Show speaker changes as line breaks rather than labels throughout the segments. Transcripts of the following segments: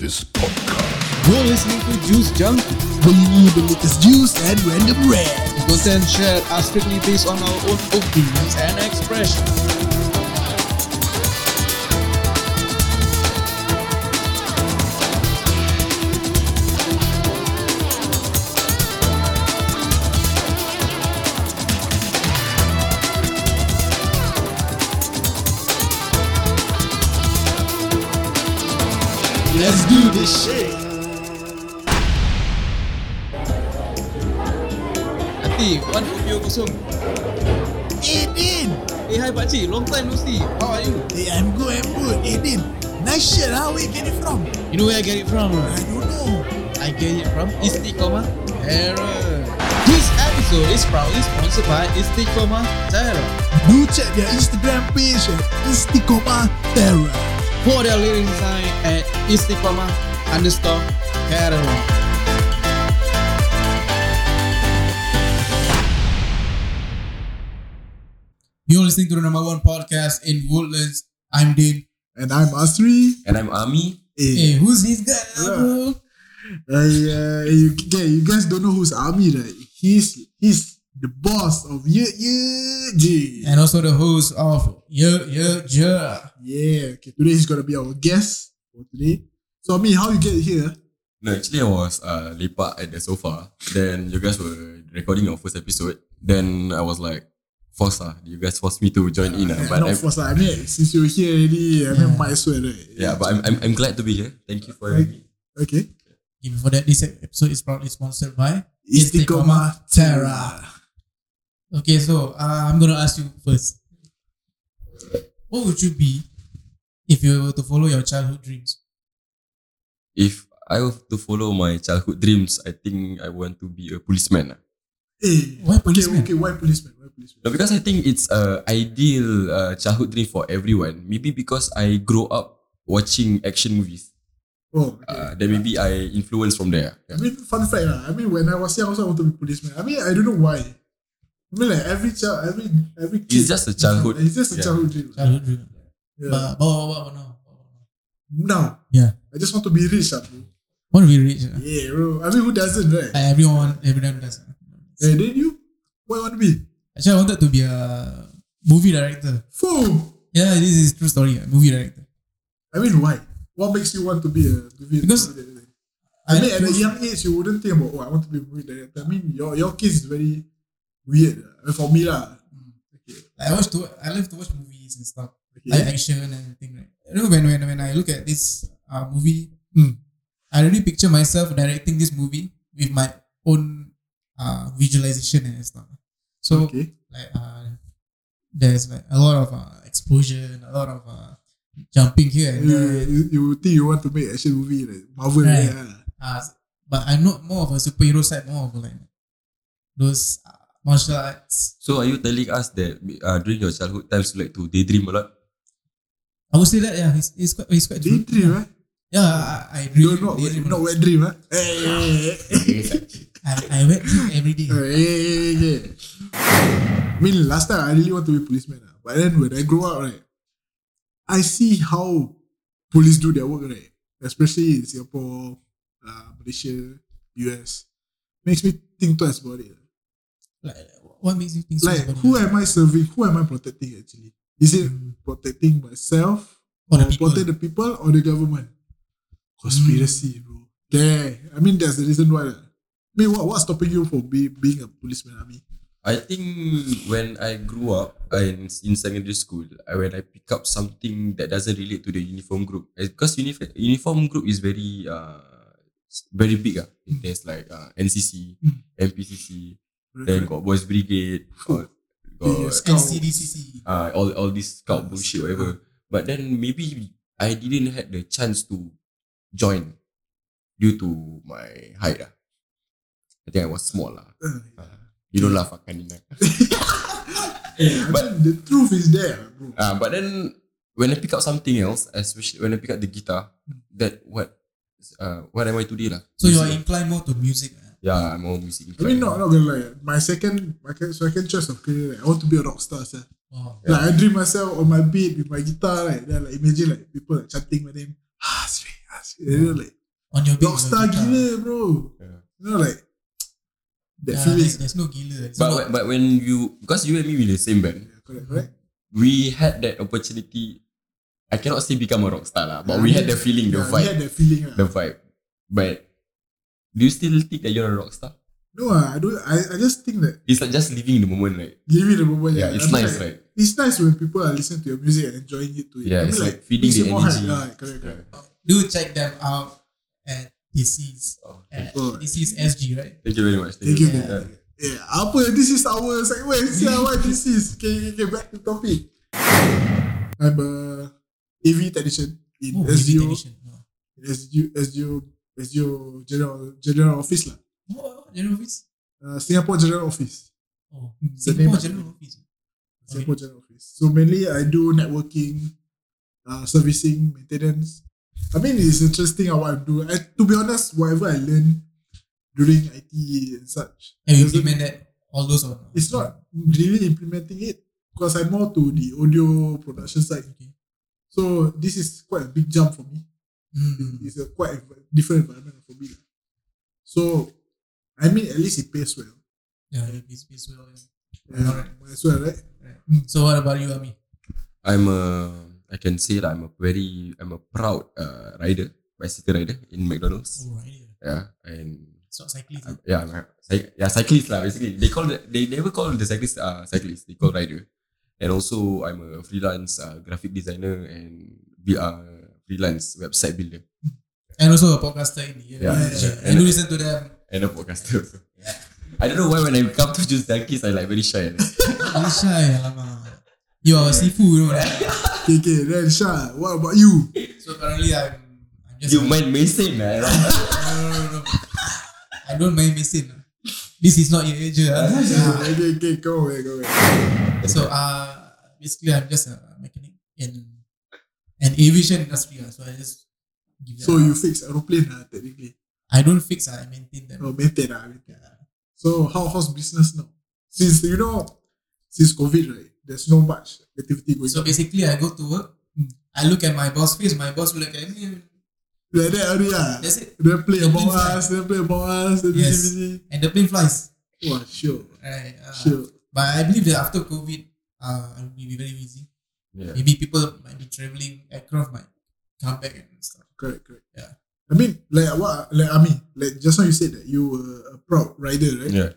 this podcast.
You're listening to Juice Junk,
where you need the latest juice and random rant.
was then shared as strictly based on our own opinions and expression.
Let's do this shit.
Nanti, one of you kosong.
Aiden!
Hey, hi Pakcik, long time no see. How are you?
Hey, I'm good, I'm good. Aiden, nice shirt, huh? Where you get it from?
You know where I get it from?
I don't know.
I get it from Istiqomah Terror. This episode is proudly sponsored by Istiqomah Terror
Do check their Instagram page eh? at Istikoma Terra.
for their lyric design at Istiqomah underscore Terror. You're listening to the number one podcast in Woodlands. I'm Dave.
And I'm Asri. Eh,
And I'm Ami.
Hey,
Hey, who's this guy,
Yeah.
bro?
hey, uh, you, okay, you guys don't know who's Ami, right? He's, he's the boss of Ye Ye Ji.
and also the host of Yeah Yeah Yeah.
Yeah, okay, today he's gonna be our guest for today. So, Ami, how you get here?
No, actually I was uh, lepak at the sofa. Then you guys were recording your first episode. Then I was like, forced lah. You guys forced me to join in. Uh, but
Not
I'm,
first, I mean, since you're here already, I mean, might as well, right?
yeah, but I'm, I'm, I'm glad to be here. Thank you for having me.
Okay.
Okay, before that, this e- episode is proudly sponsored by.
Istikoma Terra.
Okay, so uh, I'm gonna ask you first. What would you be if you were to follow your childhood dreams?
If I have to follow my childhood dreams, I think I want to be a policeman. ah.
Hey,
Why policeman?
Okay, okay, why policeman? Why policeman?
No, because I think it's a ideal uh, childhood dream for everyone. Maybe because I grow up watching action movies.
Oh, okay.
Uh, then maybe I influence from there. ah.
I
Yeah.
mean, fun fact, lah. I mean, when I was young, also I wanted to be policeman. I mean, I don't know why. I mean, like every child, every every kid.
It's just a childhood.
It's just a
Yeah.
childhood dream.
Childhood dream.
Yeah.
But, but, but, but, no.
Now,
Yeah.
I just want to be rich, lah, bro.
Want to be rich? uh,
Yeah, bro. I mean, who doesn't, right?
Like everyone, everyone does. uh.
And then you, what you want to be?
Actually, I wanted to be a movie director.
Fool.
Yeah, this is true story. uh, Movie director.
I mean, why? What makes you want to be a to be
Because-
A, I mean, at a young age, you wouldn't think about, oh, I want to be a movie director. I mean, your your case is very weird lah. I mean, for me, lah. Okay.
I watch to I love to watch movies and stuff. Like
Okay.
action and everything, right? You know, when, when, when I look at this uh, movie,
Hmm.
I already picture myself directing this movie with my own uh, visualization and stuff. So,
okay.
like, uh, there's like a lot of uh, explosion, a lot of uh, jumping here and
You,
there.
you, you think you want to make action movie like Marvel?
Right.
Yeah.
Uh, but I'm not more of a superhero side, more of like those uh, martial arts.
So are you telling us that uh, during your childhood times you like to daydream a lot?
I would say that, yeah, it's, it's quite, it's quite true.
Daydream, right?
Yeah, I, I
No,
really
not wet,
daydream a
not
lot.
wet dream, Eh, right? Hey,
I, I wet dream every day.
hey, hey, hey. eh, I mean, last time I really want to be policeman, ah. but then when I grow up, right, I see how police do their work, right? Especially in Singapore, uh, Malaysia, US, makes me think twice about it. ah.
Like, what makes you think so?
Like,
about
who
it?
am I serving? Who am I protecting? Actually, is it protecting myself
Mm. Or the
or
people?
protect the people or the government. Conspiracy,
Mm.
bro. There. I mean, that's the reason why. I mean, what, what's stopping you from be, being a policeman? I mean,
I think when I grew up and in secondary school, I, when I pick up something that doesn't relate to the uniform group, eh, because uniform uniform group is very uh s- very big ah. There's like uh, NCC, MPCC, then got Boys Brigade, got,
Yeah,
got
NCDCC.
uh, all all this scout bullshit whatever. But then maybe I didn't had the chance to join due to my height lah. I think I was small lah.
Uh,
You don't laugh, ah, Kanina.
I mean, the truth is there, bro.
Ah,
Uh, but then when I pick up something else, especially when I pick up the guitar, that what uh, what am I today lah?
So you are
Music.
inclined more to music. ah.
yeah, I'm all music.
I mean, not, not gonna lie. My second, my second- second choice of career, like, I want to be a rock star, sir.
Wow.
Like, I Ah, dream myself on my bed with my guitar, like, then, like imagine like people like chanting my name. Asri, Asri. And you know, like,
On your bed.
dog star gila, bro.
Yeah.
You know, like, that
Yeah,
feeling.
there's, there's no gila. It's
But
not-
when- but when you because you and me we the same band,
Yeah, correct, correct?
we had that opportunity. I cannot say become a rock star lah, but we had the feeling, the
yeah, We had
vibe,
that feeling. ah.
the vibe. But do you still think that you're a rock star?
No, ah, I don't. I, I just think that
It's like just living in the moment, right?
give it a moment.
Yeah, it's
I'm
nice,
like,
right?
It's nice when people are listening to your music and enjoying it too.
Yeah,
I mean,
it's like feeding
makes it
the
more hype.
energy.
Yeah, correct, correct.
Yeah.
do check them out at Disease.
Oh,
At
Oh.
Disease SG, right?
Thank you very much.
Thank you.
Yeah.
Yeah. yeah. Apa, this is our segment. See ah, what this is. Okay, okay, okay, back to topic. I'm a AV technician in
Oh,
SGO,
Division. Oh.
in SGO, SGO, SGO general, general office lah.
Oh, general office?
Uh, Singapore general office.
Oh,
The
Singapore
name-
general office.
Singapore General Office. So mainly I do networking, uh, servicing, maintenance. I mean, it's interesting how I do. I, to be honest, whatever I learn during IT and such,
And you
doesn't-
implement that all those on.
it's not really implementing it because I'm more to the audio production side.
Okay.
So this is quite a big jump for me.
Mm.
It's a quite env- different environment for me. lah. So, I mean, at least it pays well.
Yeah, it's, it's well.
Yeah,
Alright.
Might as well, right?
So what about you, Ami?
I'm a I can say that I'm a very I'm a proud uh, rider, bicycle rider in McDonald's.
Oh, right. yeah.
Yeah, and
It's not cyclist.
I'm- yeah, I'm a, cy- yeah, cyclist lah. Basically, they call the, they never call the cyclist uh, cyclist. They call rider. And also, I'm a freelance uh, graphic designer and be uh, freelance website builder
And also a podcaster in the
Yeah.
yeah.
Yeah.
I do listen to them.
and a podcaster. also. I don't know why when I come to just junkies, I like very shy. Like,
Alisha, alamak. You are a seafood, you know. Right?
Okay, okay. Then, Shah, what about you?
So currently, I'm, I'm just.
you mind missing,
No,
man?
no, no, no. I don't mind missing. This is not your age. ah.
Yeah, okay, okay, go away, go away.
So uh, basically, I'm just a mechanic in an aviation industry. ah. So I just give
So
that.
you fix aeroplane ah, technically.
I don't fix. I maintain them.
Oh, maintain ah, maintain ah. So how how's business now? Since you know, since COVID right, there's no much activity going
So
on.
basically, I go to work. I look at my boss face. My boss will look at me.
Like that only ah.
That's it.
They play
The
about
plane fly.
us, they play about us, they
Yes.
busy
And the plane flies.
busy. Wow, sure,
Right. ah.
sure.
But I believe that after COVID, uh, I'll be very busy.
Yeah.
Maybe people might be traveling. Aircraft might come back and stuff.
Correct, correct.
Yeah.
I mean, like what, like I mean, like just now you said that you were a proud rider, right?
yeah.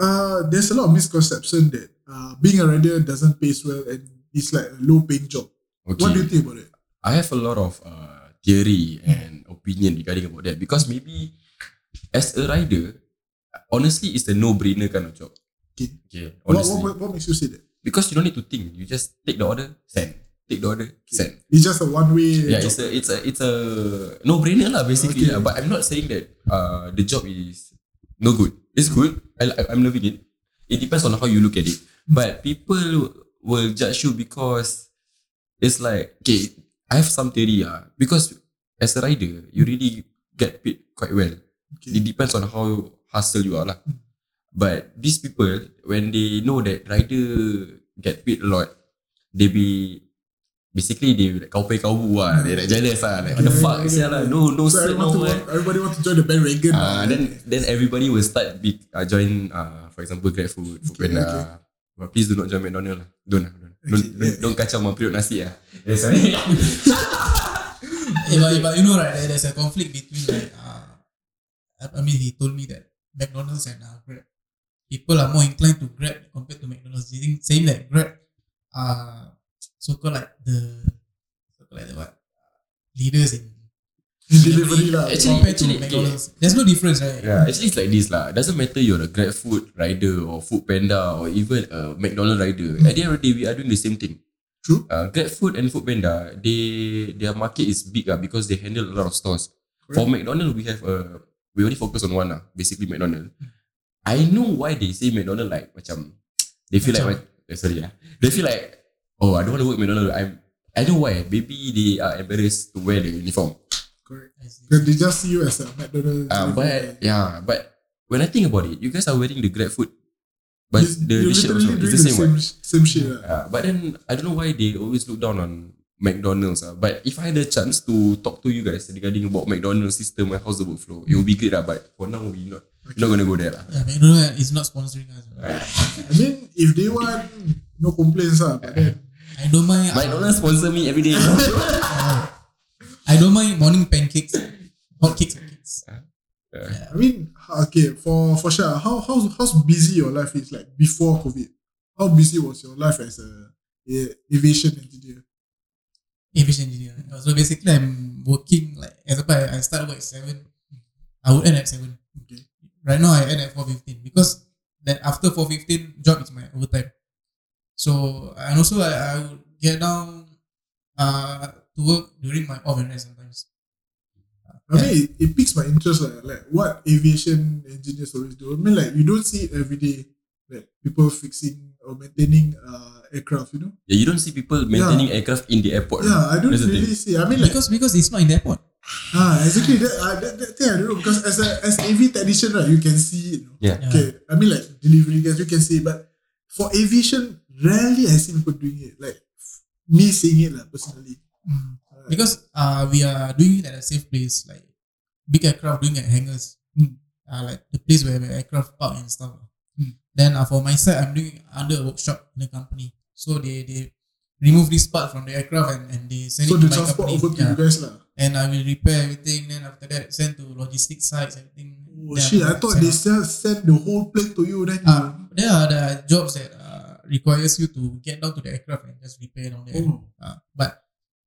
Uh, there's a lot of misconception that uh, being a rider doesn't pay well and it's like a low paying job.
Okay.
What do you think about it?
I have a lot of uh, theory and opinion regarding about that because maybe as a rider, honestly, it's a no-brainer kind of job.
Okay.
Okay,
What,
honestly,
what, what, what makes you say that?
because you don't need to think. You just take the order, send. Take the order, send.
It's just a one way.
Yeah, it's a it's a it's a no-brainer lah basically.
Okay.
lah. But I'm not saying that uh the job is no good. It's good. I li- I'm loving it. It depends on how you look at it. But people will judge you because it's like okay. I have some theory ah because as a rider you really get paid quite well. It
okay.
depends on how hustle you are lah. But these people, when they know that rider get paid a lot, they be basically they be like kau pay kau bu lah. They like jealous lah. Like what the
Yeah,
fuck,
yeah,
yeah,
yeah.
lah. No, no
so
cert,
everyone,
no
to,
what.
everybody want to join the bandwagon.
Ah, then then everybody will start be, uh, join uh, for example GrabFood, Foodpanda.
okay.
But please do not join McDonald lah. Don't lah. Don't,
Okay,
don't, don't,
yeah.
don't kacau mampirut nasi lah. Yeah, sorry.
Yeah, but, but you know, right, there- there's a conflict between like, uh, I I mean, he told me that McDonald's and uh, Grab, people are more inclined to Grab compared to McDonald's. They think, saying that Grab, uh, so called like the, so called like the what, leaders in
delivery lah.
Actually-
compared
actually,
to
okay.
McDonald's. There's no difference, right?
Yeah, actually it's like this lah. Doesn't matter you're a Grab Food rider or Food Panda or even a McDonald's rider. At the end of the day, we are doing the same thing.
True.
Uh, Grab Food and Food Panda, they their market is big ah because they handle a lot of stores. For McDonald's, we have a we only focus on one ah, basically McDonald's. I know why they say McDonald's like macam they feel like eh, sorry ah, they feel like oh I don't want to work McDonald's. I'm I know why. Maybe they are embarrassed to wear the uniform.
Correct.
I see.
Because they just see you as a McDonald's.
Uh, but yeah, but when I think about it, you guys are wearing the Grab food, but
You-
the,
you
the shirt
literally
also it's
doing
the same one.
Same, sh- same shit. lah.
Uh, but then I don't know why they always look down on McDonald's. Ah. But if I had a chance to talk to you guys regarding about McDonald's system and how's the workflow, it would be great. Ah. But for now, we not we're not gonna go there. lah.
Yeah, McDonald's is not sponsoring us. bro.
I mean, if they want, no complaints ah. But then,
I don't mind. uh,
McDonald's sponsor me every day.
I don't mind morning pancakes, hot cakes, and cakes.
I mean, okay, for for sure. How how's how's busy your life is like before COVID? How busy was your life as a, eh, aviation engineer?
aviation engineer. So basically, I'm working like as a I I start work at seven. I would end at seven.
Okay.
Right now, I end at four fifteen because that after four fifteen job is my overtime. So and also I, I would get down uh to work during my off and rest sometimes.
I mean, it, it piques my interest, like, like what aviation engineers always do. I mean, like you don't see it every day, like people fixing or maintaining uh, aircraft. You know?
yeah, you don't see people maintaining aircraft in the airport. ah.
Yeah, I don't
That's the
really see.
thing.
I mean, like
Because because it's not in the airport.
ah, exactly that, uh, that, that thing. I don't know because as a as AV technician, right, you can see it. You know?
Yeah.
Yeah.
Okay, I mean, like delivery guys, you can see, it, but for aviation, rarely I see people doing it. Like me seeing it, like, personally.
Mm. Because uh we are doing it at a safe place, like big aircraft doing at hangars,
Mm.
uh, like the place where the aircraft park and stuff. Then uh, for my side, I'm doing under a workshop in a company, so they they remove this part from the aircraft and, and they send
So
it to
the
my
transport
company.
over to
yeah.
you guys, lah.
And I will repair everything. Then after that, send to logistics sites. Everything.
Oh
Then
shit! I
after that,
thought they
send
sell, send the whole plane to you. Then
out. Uh, there are there are jobs that uh, requires you to get down to the aircraft and just repair down there.
you. Oh.
Uh, but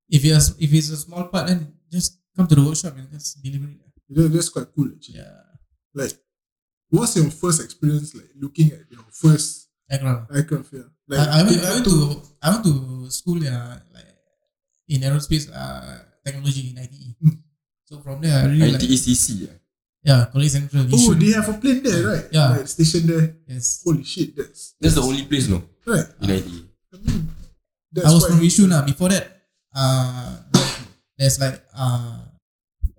if it's if it's a small part, then just come to the workshop and just deliver it.
That, that's quite cool actually.
Yeah,
Like, what's your first experience like looking at your first
aircraft.
aircraft? Yeah, like
I, I, went,
compared
I went to I went to school uh, like in aerospace uh, technology in ITE.
Mm.
So from there, I really like
E ITECC. Yeah.
yeah, College
E.
Central.
Oh,
Yishun.
they have a plane there, right?
Yeah.
Like, station there.
yes.
Holy shit, that's
That's the only place, no,
right.
in E. ITE.
I mean, that's
I was
why-
from Yishun. Uh, before that, uh, there's like uh,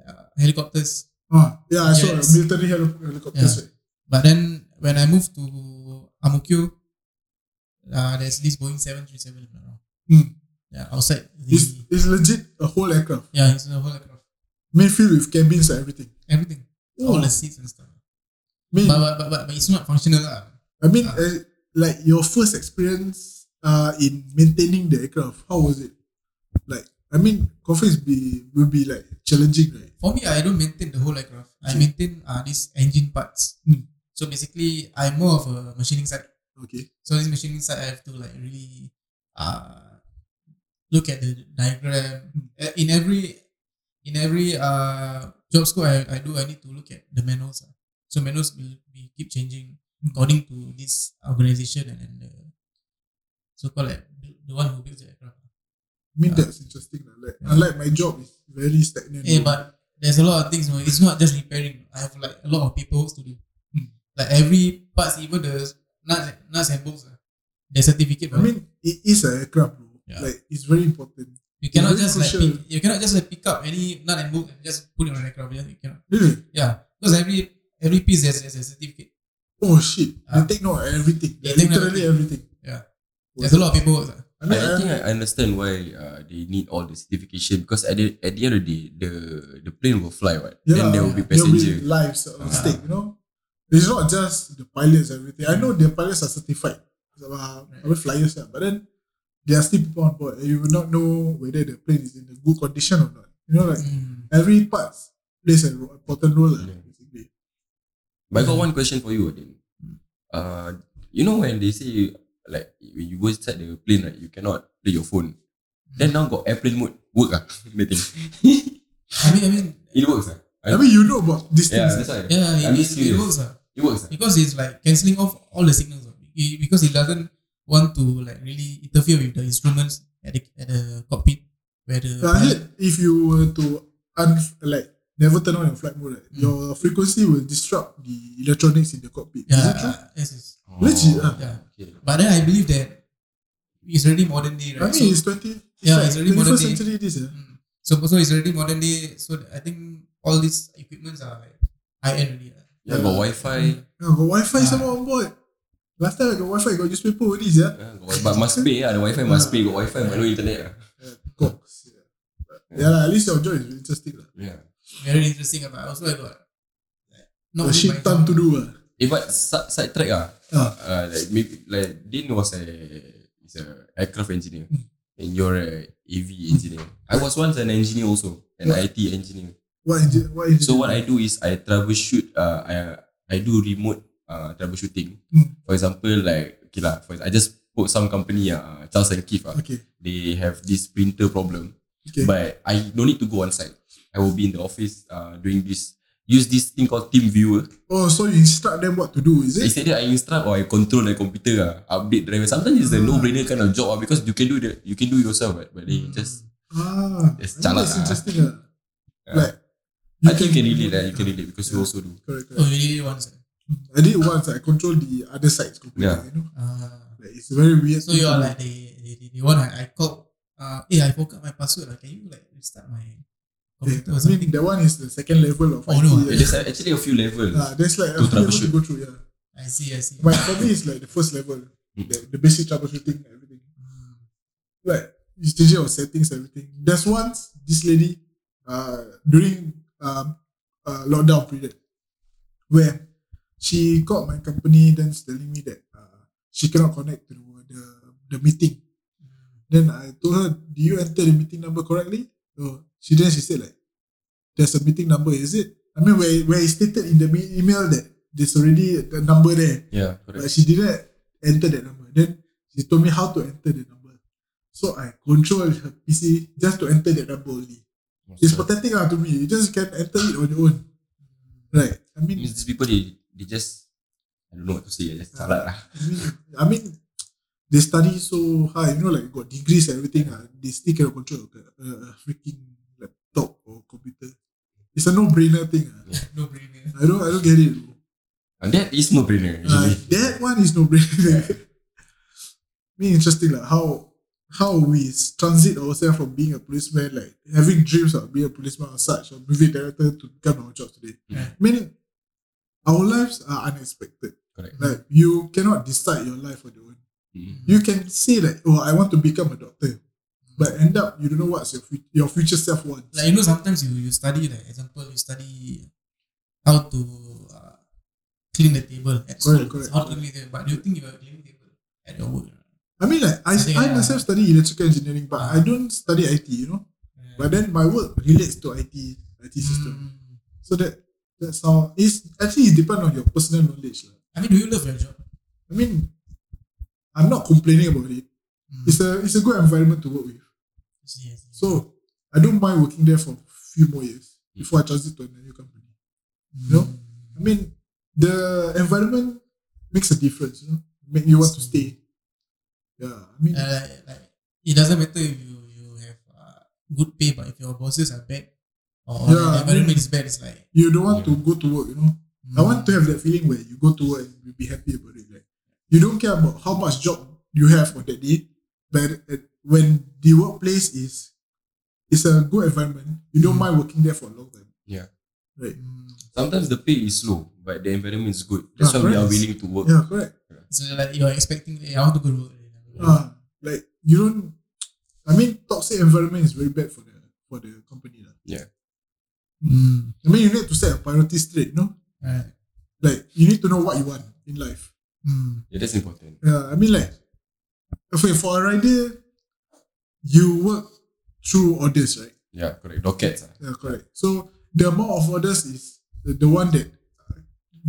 uh, helicopters.
Ah, yeah, I saw
Yes.
a military heli- helicopters.
Yeah.
Right?
But then when I moved to Amukyo, uh, there's this Boeing seven three seven.
Mm.
Yeah, outside the
It's, it's legit a whole aircraft,
yeah, it's a whole aircraft,
main filled with cabins and everything.
everything,
Oh,
all the seats and stuff.
mean,
But but, but, but, but it's not functional lah.
I mean,
Ah.
uh, like your first experience uh, in maintaining the aircraft, how was it? Like, I mean, conference be will be like challenging, right?
For me, I don't maintain the whole aircraft. I maintain uh, these engine parts.
Hmm.
So basically, I'm more of a machining side.
Okay,
So this machining side, I have to like really uh, look at the diagram. Uh, In every in every uh, job scope I, I do, I need to look at the manuals. ah. So manuals will be keep changing according to this organization and, and the so called like, the, the one who builds the aircraft.
I mean
Ah.
that's interesting. lah. Like, unlike my job is very stagnant.
Yeah, Eh, but there's a lot of things. you know, It's not just repairing. I have like a lot of paperwork to do.
Mm.
Like every parts, even the nuts, nuts and bolts, ah, the
I
certificate. for it.
mean, it is an aircraft, bro.
Yeah.
Like, it's very important.
you cannot
very
just like
crucial.
pick, you cannot just like pick up any nut and bolt and just put it on an aircraft. Yeah, you cannot.
Really?
Yeah, because every every piece has, has a certificate.
Oh shit!
Ah.
They take note of everything.
They
They
take
literally everything.
Yeah, there's a lot of paperwork. ah.
I
I,
mean, uh,
I
I,
think I understand why uh, they need all the certification because at the, at the end of the day, the the plane will fly, right?
yeah, Mm.
then there will be
there
passenger.
lives at
Ah.
stake. You know, it's not just the pilots. Everything. I know the pilots are certified. Uh, I mean, flyers, yeah, but then there are still people on board, and you will not know whether the plane is in a good condition or not. You know, like
Mm.
every part plays an important role. lah,
Yeah.
basically.
But I got one question for you, Adin. Uh, you know when they say like when you go inside the plane, right, you cannot play your phone. Then now got airplane mode work ah, the thing.
I mean, I mean,
It works ah.
I mean, you know about these
yeah,
things.
that's why.
yeah,
I'm
it,
just
it, it
curious.
works. ah.
It works. ah.
because it's like cancelling off all the signals ah. It- because it doesn't want to like really interfere with the instruments at the, at the cockpit where the
Yeah, I heard if you were to un- like never turn on your flight mode, right,
Mm.
your frequency will disrupt the electronics in the cockpit. Is it true?
yeah, yes, yes.
Legit ah.
yeah.
Okay.
But then I believe that it's already modern day,
I
right?
mean,
So-
it's 20, it's
Yeah,
like
it's already
21st
modern day.
century. This, yeah.
Mm. So, so it's already modern day. So I think all these equipments are like high end already. lah.
Yeah, got Wi-Fi.
yeah, got Wi Fi
Ah.
somewhere on board. Last time I got Wi Fi, got newspaper, all this, yeah.
Yeah, got wi- but must pay ah. The Wi-Fi must pay. Got Wi-Fi but no internet ah.
yeah. Got Yeah, lah, at least your job is interesting. lah.
Yeah.
Very interesting but also I got like, not
A
good
shit
by
ton
far.
to do. ah. lah.
Eh, but side, side track ah.
Ah.
Uh, like maybe like Dean was a is a aircraft engineer,
Hmm.
and you're a AV engineer. I was once an engineer also, an
Yeah.
IT engineer.
What is it? What is
So
it?
what I do is I troubleshoot. Uh, I I do remote uh troubleshooting.
Hmm.
For example, like okay lah. For I just put some company ah uh, Charles and Keith ah.
Okay.
They have this printer problem,
Okay.
but I don't need to go on site. I will be in the office uh doing this. Use this thing called TeamViewer.
Oh, so you instruct them what to do, is
It's
it?
either I instruct or I control the computer ah, update driver. Sometimes
Hmm.
it's a no-brainer kind of job ah, because you can do the you can do yourself, right? but they just
Ah, I
It's
think
jialat
that's
lah.
interesting. lah.
Yeah.
Like,
I think you can relate lah. You can relate because you
Yeah.
also do.
Correct,
Oh,
correct.
really once.
I did it once. I controlled the other side's computer.
Yeah.
You know,
Uh,
like, it's a very weird.
so
thing
you
to
are
do.
like they they, they, they want I, I called uh hey I forgot my password like, can you like restart my
Yeah, I
computer or
mean,
something?
that one is the second level of
Oh,
IT.
no,
yeah.
There's a- actually a few levels.
Ah, there's like a
To
few levels to
troubleshoot.
go through. Yeah,
I see, I see.
but for me, it's like the first level, the, the basic troubleshooting, everything. Hmm.
Mm.
Like you change your settings, everything. There's once this lady, uh, during um, uh, lockdown period, where she called my company, then she's telling me that uh, she cannot connect to the the, the meeting. Then I told her, "Do you enter the meeting number correctly?" So she then she said like, "There's a meeting number, is it?" I mean, where where it's stated in the me- email that there's already a number there,
Yeah, correct.
but she didn't enter that number. Then she told me how to enter the number, so I controlled her PC just to enter that number only. It's pathetic lah to me. You just can enter it on your own, right? I mean,
Means these people they they just I don't know what to say. Just salah lah.
I mean, I mean, they study so high, you know, like got degrees and everything. Uh, they still cannot control a, a, a freaking laptop or computer. It's a no-brainer thing. ah.
No brainer.
I don't, I don't get it. bro.
And that is no brainer.
Uh,
Mm-hmm.
Actually.
that one is no-brainer. Me interesting, like how how we s- transit ourselves from being a policeman, like having dreams of being a policeman or such, or movie director to become our job today.
Yeah.
Meaning, our lives are unexpected.
correct.
Like you cannot decide your life on your own.
Mm.
you can say like, oh, I want to become a doctor, but end up you don't know what's your fut- your future self wants.
Like you know sometimes you, you study like example you study how to uh, clean the table at school.
Correct, correct.
How to clean the table. But do you think you are cleaning the table at your work?
I mean, like I,
Something
I
like-
myself study electrical engineering, but
Ah.
I don't study IT, you know.
Yeah.
But then my work relates to IT IT system,
Mm.
so that that's how it's actually it depends on your personal knowledge. lah.
I mean do you love your job?
I mean, I'm not complaining about it.
Mm.
It's a it's a good environment to work with.
I see, I see.
So I don't mind working there for a few more years before I transit to a new company. you know? I mean, the environment makes a difference, you know, make you want to stay. Yeah, I mean,
Uh, like it doesn't matter if you, you have uh, good pay, but if your bosses are bad or
Yeah, I
the environment
mean-
is bad, it's like mm.
you don't want to go to work, you know. I want to have that feeling where you go to work and you be happy about it. Like, you don't care about how much job you have on that day, but at, when the workplace is, it's a good environment. You don't mind working there for a long time.
Yeah.
Right.
Mm.
Sometimes the pay is slow, but the environment is good. That's
Ah,
why we are
correct.
willing to work.
Yeah, correct.
It's like you're expecting. Hey, I want to go to work.
Ah, like you don't. I mean, toxic environment is very bad for the for the company lah.
Mm.
I mean, you need to set your priorities straight, you know?
Right.
Like, you need to know what you want in life.
Mm.
Yeah, that's important.
Yeah, I mean, like, okay, for a rider, you work through orders, right?
Yeah, correct. Dockets. ah.
Yeah, correct. So, the amount of orders is the, the one that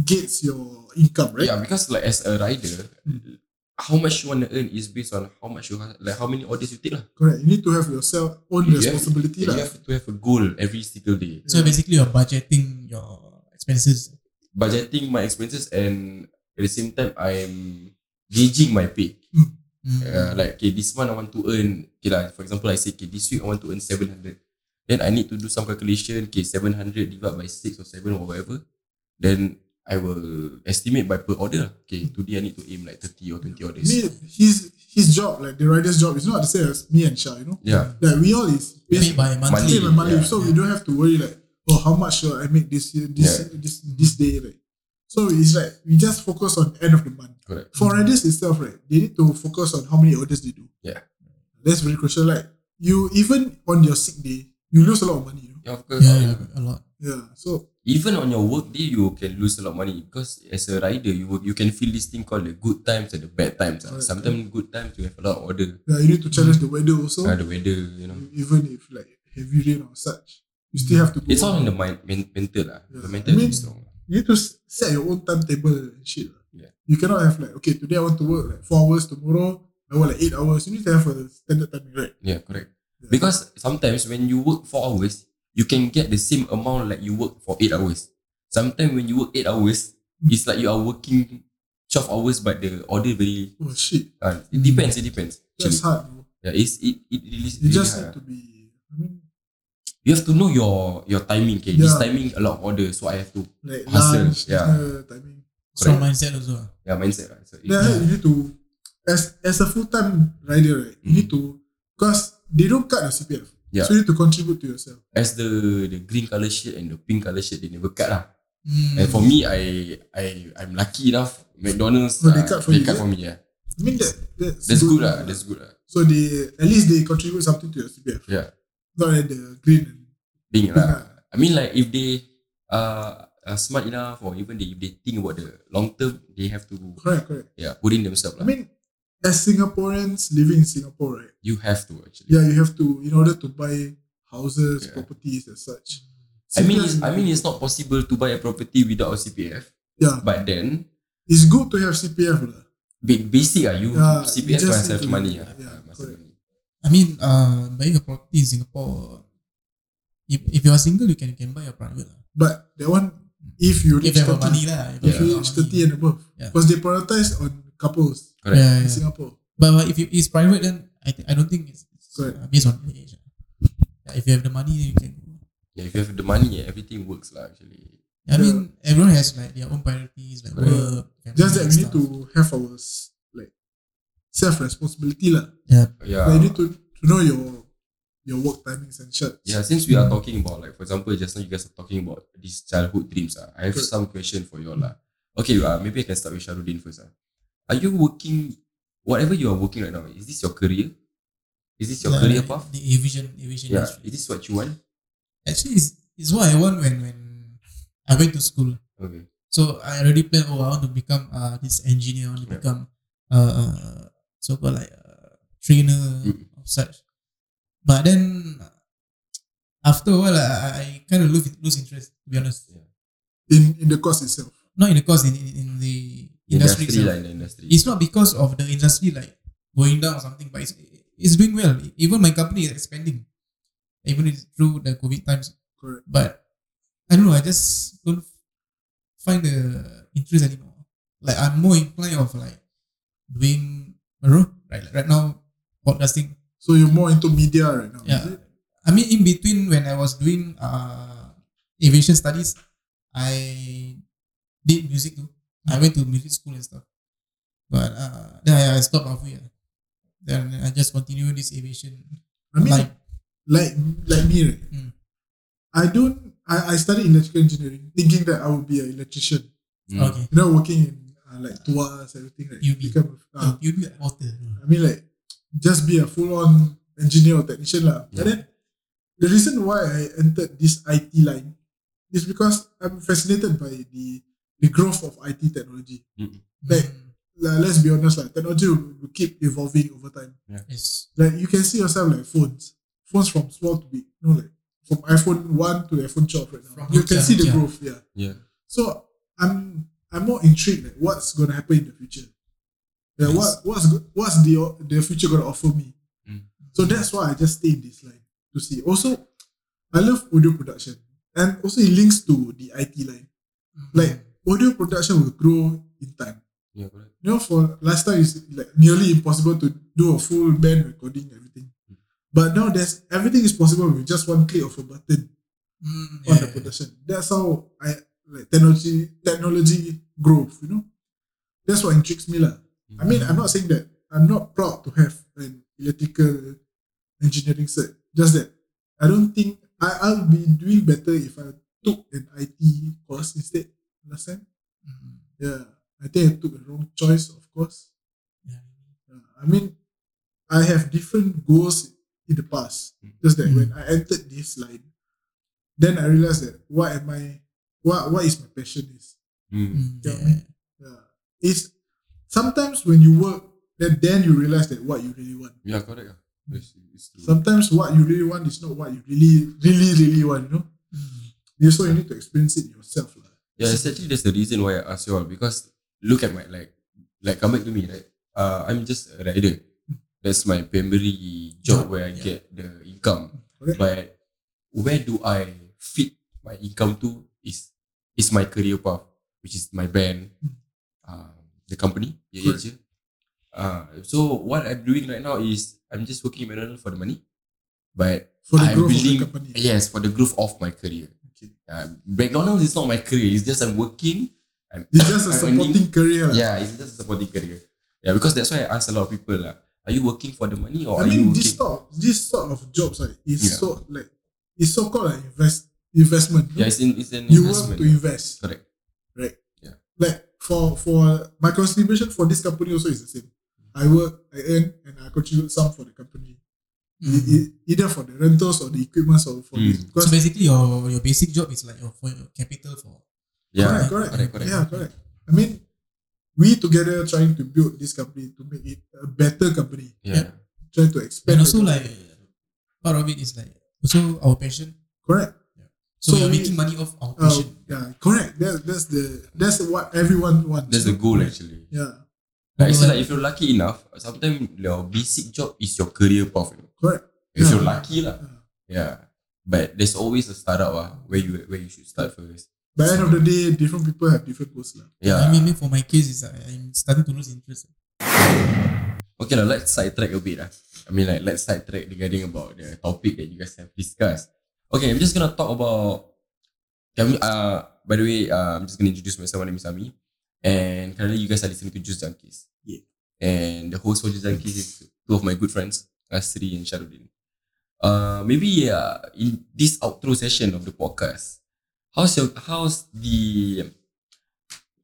gets your income, right? Hmm.
Yeah, because like as a rider, how much you want to earn is based on how much you ha- like how many orders you take lah.
Correct. You need to have yourself own
Yeah.
responsibility.
You
lah.
have to have a goal every single day.
So basically, you're budgeting your expenses.
Budgeting my expenses and at the same time I'm gauging my pay.
Mm.
Uh, like okay, this month I want to earn. Okay lah, for example, I say okay, this week I want to earn seven hundred. Then I need to do some calculation. Okay, seven hundred divided by six or seven or whatever. Then I will estimate by per order. lah. Okay, today I need to aim like thirty or twenty orders.
Me, his, his job, like the rider's job, is not the same as me and Shah, you know?
Yeah,
Like, we all is
Paid by monthly.
pay my money,
Yeah,
so we don't have to worry like, oh, how much should I make this year, this
Yeah.
this this day, right? So it's like we just focus on end of the month.
correct.
For riders itself, right, they need to focus on how many orders they do.
Yeah.
that's very crucial. Like you, even on your sick day, you lose a lot of money. You know?
Yeah, of course.
Yeah, yeah, a lot.
Yeah. So
Even on your work day, you can lose a lot of money because as a rider, you will- you can feel this thing called the good times and the bad times. ah.
Correct.
Sometimes good times you have a lot of order,
yeah, you need to challenge the weather also.
ah, the weather, you know.
Even if like heavy rain or such, you still have to. Go
It's all
out.
in the mind, men- mental lah. The
Yeah.
mental
I mean-
is strong. lah.
You need to s- set your own timetable and shit. lah.
Yeah.
You cannot have like okay today I want to work like four hours tomorrow I work like eight hours. You need to have a standard timing, right?
Yeah, correct.
Yeah.
Because sometimes when you work four hours, you can get the same amount like you work for eight hours. Sometimes when you work eight hours,
Mm.
it's like you are working twelve hours, but the order very.
oh shit,
Uh, it depends. It depends.
that's
Actually.
hard. Bro.
Yeah, it's it it really.
You
really ah.
just
hard
have
lah.
to be. I mean,
you have to know your your timing. Okay, this
Yeah.
timing a lot of order, so I have to
like
Hustle,
lunch,
yeah.
dinner, timing.
Strong mindset also. ah.
yeah mindset. Right? So it,
Yeah, you need to as as a full time rider, right? You need to because they don't cut your CPF.
Mm-hmm. Yeah.
So you need to contribute to yourself.
as the the green color shirt and the pink color shirt they never cut lah.
Mm.
And for me, I I I'm lucky enough. McDonald's
Oh, they
ah,
cut for
they
you,
cut
is it?
for me. Yeah,
I mean that that's,
that's good lah. That's good lah.
so they at least they contribute something to your CPF.
Yeah.
Not like the green and pink
Pink
ah,
lah.
lah.
I mean like if they uh, are smart enough or even they, if they think about the long term, they have to
Correct, correct.
yeah put in themselves
I
lah.
mean, as Singaporeans living in Singapore, right?
you have to actually.
Yeah, you have to in order to buy houses,
Yeah.
properties, and such.
I mean,
CPF
it's,
is-
I mean, it's not possible to buy a property without a CPF.
yeah,
But then,
it's good to have CPF lah.
ba- basic ah, you
Yeah, you
CPF
just
must
need
have
to-
money ah.
yeah,
must have
correct.
money.
I mean, uh, buying a property in Singapore, if, if you are single, you can, you can buy a private. lah.
But that one, if you
If
reach
you
30,
have a money lah.
if
you
you
have
reach
a money.
30 and above,
Yeah.
because they prioritize on couples
Correct.
Yeah,
in
yeah.
Singapore.
But, but if you, it's private, then I, th- I don't think it's, it's
Correct.
uh, based on age. ah. Yeah, if you have the money, then you can go.
Yeah, if you have the money, everything works lah. Actually,
I mean, everyone has like their own priorities, like
Correct.
work.
Just
family
that
and
we need
stuff.
to have our s- like self responsibility lah.
yeah.
Like, you need to, to know your your work timings and shit.
Yeah, since we are
Hmm.
talking about like for example, just now you guys are talking about these childhood dreams. Ah, I have
Correct.
some question for you all. lah. Okay, uh, maybe I can start with Sharudin first. Ah, Are you working whatever you are working right now, is this your career? Is this your
Like,
career
like
path?
The aviation, aviation
Yeah.
industry.
Is this what you want?
Actually, it's, it's what I want when, when I went to school.
Okay.
So I already planned. Oh, I want to become uh this engineer. I want to
Yeah.
become uh so called like uh, trainer
Mm.
of such. But then after a while, I, I- I kind of lose lose interest. To be honest,
In in the course itself.
not in the course in in, in the industry.
Industry
itself.
lah, in the industry.
It's not because of the industry like going down or something, but it's it's doing well. Even my company is expanding, even it's through the COVID times.
Correct.
But I don't know. I just don't find the interest anymore. Like I'm more inclined of like doing I don't know, right like right now podcasting.
So you're more into media right now.
Yeah.
Is it?
I mean, in between when I was doing uh aviation studies, I did music too. I went to music school and stuff, but uh, then I, I stopped halfway. ah. Then I just continue this aviation.
I mean
like,
like like, me, right?
Mm.
I don't I, I studied electrical engineering thinking that I would be an electrician.
Mm.
okay,
You know, working in uh, like tours, everything like
UB.
become a- uh,
Oh, you do water.
I mean, like, just be a full on engineer or technician. lah.
Yeah.
And then, the reason why I entered this IT line is because I'm fascinated by the, the growth of IT technology. Like-
Mm,
Like, let's be honest, like, technology will, will keep evolving over time.
yes.
Like, you can see yourself like phones, phones from small to big, you know, like from iPhone 1 to iPhone 12 right now.
From
you can
Nokia,
see the
Nokia.
growth, yeah.
Yeah.
So I'm I'm more intrigued like what's gonna happen in the future. Yeah,
Yes.
what what's go- what's the the future gonna offer me?
Mm.
So that's why I just stay in this line to see. Also, I love audio production, and also it links to the IT line.
Mm.
Like audio production will grow in time.
Yeah, correct.
You know, for last time it's like nearly impossible to do a full band recording everything.
Mm.
But now there's everything is possible with just one click of a button on
Mm, yeah,
the production. That's how I like technology technology growth, you know. That's what intrigues me. lah. I mean, I'm not saying that I'm not proud to have an electrical engineering cert. Just that I don't think I, I'll be doing better if I took an IT course instead. Understand?
Mm,
Yeah. I think I took the wrong choice, of course.
yeah.
Yeah, I mean, I have different goals in the past. Just that
Mm.
when I entered this line, then I realized that what am I, what what is my passion is.
Mm.
Mm,
Yeah.
yeah.
Yeah. It's sometimes when you work, then then you realize that what you really want.
Yeah, correct. ah. It's, it's true.
Sometimes what you really want is not what you really, really, really want. You know,
Mm.
you so you need to experience it yourself, lah.
Yeah, it's actually that's the reason why I asked you all because look at my like like come back to me right. Uh, I'm just a rider. That's my primary job
Job,
where I
yeah.
get the income.
Correct.
But where do I fit my income to is is my career path, which is my band, uh, the company, yeah,
Correct.
Uh, so what I'm doing right now is I'm just working in McDonald's for the money, but
for the
I'm
growth
willing-
of the company.
yes, for the growth of my career.
Okay.
Uh, McDonald's is not my career. It's just I'm working. I'm,
It's just a
I'm
supporting career. lah.
yeah, it's just a supporting career. Yeah, because that's why I ask a lot of people lah. Are you working for the money
I
or are you
mean,
working?
this sort, this sort of jobs, like, is
Yeah.
so like, it's so called an invest investment.
yeah, it's, in, it's an
you
investment.
work to invest,
Correct.
like for for my contribution for this company also is the same. I work, I earn, and I contribute some for the company, E-
Mm.
e- either for the rentals or the equipment or for
Mm.
this.
So
Because
basically, your your basic job is like your, for your capital for.
Yeah,
correct, correct,
correct, correct.
yeah, correct. I mean, we together trying to build this company to make it a better company,
yeah.
try to expand.
And
the
also
company.
like part of it is like also our passion.
correct. So
So, we are
we-
making money off our
Uh,
passion.
yeah, correct. That, that's the that's what everyone wants.
That's the goal actually.
Yeah,
Like, Oh. so
Although,
like if you're lucky enough, sometimes your basic job is your career path. You know?
correct.
If
Yeah.
you're lucky lah,
Uh,
yeah. But there's always a startup ah where you where you should start first.
By end of the day, different people have different goals. lah.
Yeah.
I mean, me for my case is I, I'm starting to lose interest.
Okay lah, let's sidetrack a bit lah. I mean like let's sidetrack regarding about the topic that you guys have discussed. Okay, I'm just gonna talk about. Can we, uh, by the way, uh, I'm just gonna introduce myself. My name is Ami, and currently you guys are listening to Juice Junkies.
Yeah.
And the host for Juice Junkies is two of my good friends, Asri and Sharudin. Uh, maybe uh, in this outro session of the podcast, how's your how's the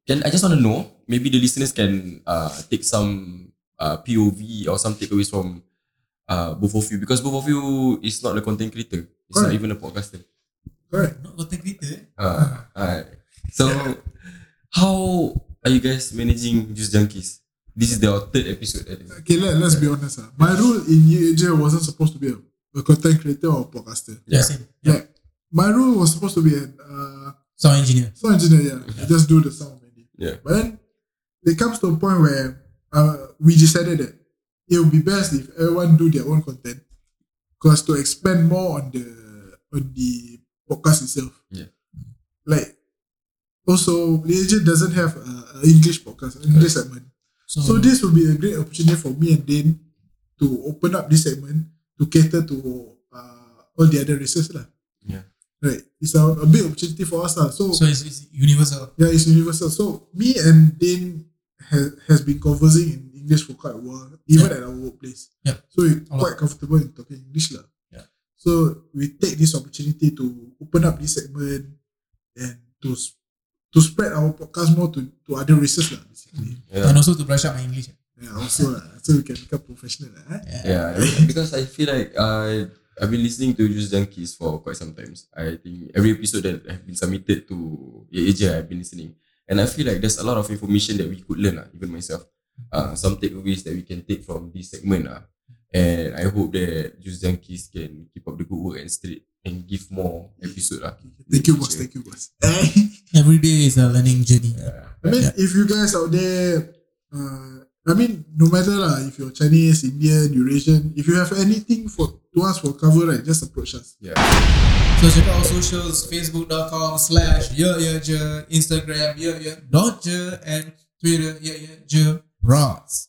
can I just want to know maybe the listeners can uh, take some uh, POV or some takeaways from uh, both of you because both of you is not a content creator it's not
Correct.
even a podcaster
Correct.
Not content creator.
uh, uh, so how are you guys managing Juice Junkies this is their third episode I think.
Okay, let, let's be honest. ah. My role in UAJ wasn't supposed to be a, a content creator or podcaster.
Yeah.
Same.
Yeah. My role was supposed to be an uh,
Sound engineer.
sound engineer. Yeah, I just do the sound. Maybe.
yeah
But then it comes to a point where uh, we decided that it would be best if everyone do their own content, because to expand more on the on the podcast itself.
Yeah.
Like also, UAJ doesn't have an English podcast, an English segment.
So,
So this will be a great opportunity for me and Dane to open up this segment to cater to uh, all the other races lah.
Yeah.
Right. It's a, a big opportunity for us lah. So,
so it's, it's universal.
yeah, it's universal. So me and Dane has, has been conversing in English for quite a while, even at our workplace.
Yeah.
So we're
lot.
quite comfortable in talking English lah.
Yeah.
So we take this opportunity to open up this segment and to s- to spread our podcast more to, to other races lah basically.
yeah,
And also to brush up my English.
Yeah, also lah. So we can become professional lah. Eh?
yeah. because I feel like uh, I've been listening to Juice Junkies for quite some time I think every episode that have been submitted to AJ I've been listening and I feel like there's a lot of information that we could learn uh, even myself uh, some takeaways that we can take from this segment uh, and I hope that Juice Junkies can keep up the good work and straight and give more episode uh,
Thank you, boss. Thank you, boss. I
Every day is a learning journey.
Eh? mean,
Yeah.
if you guys out there, uh, I mean, no matter lah, if you're Chinese, Indian, Eurasian, if you have anything for to us for cover, right, just approach us.
yeah
So check out our socials, facebook.com slash yeah yeah yeah, Instagram yeah yeah dot yeah, and Twitter yeah yeah yeah broads.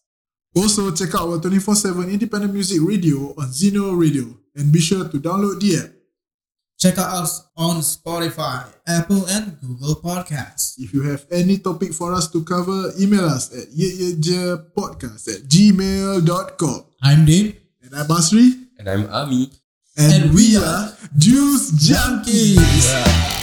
Also, check out our 24 7 independent music radio on Zeno Radio and be sure to download the app.
Check out us on Spotify, Apple, and Google Podcasts.
If you have any topic for us to cover, email us at podcast at gmail.com.
I'm Dave.
And I'm Basri,
and I'm Ami
and,
And
we are Juice Junkies.
Yeah.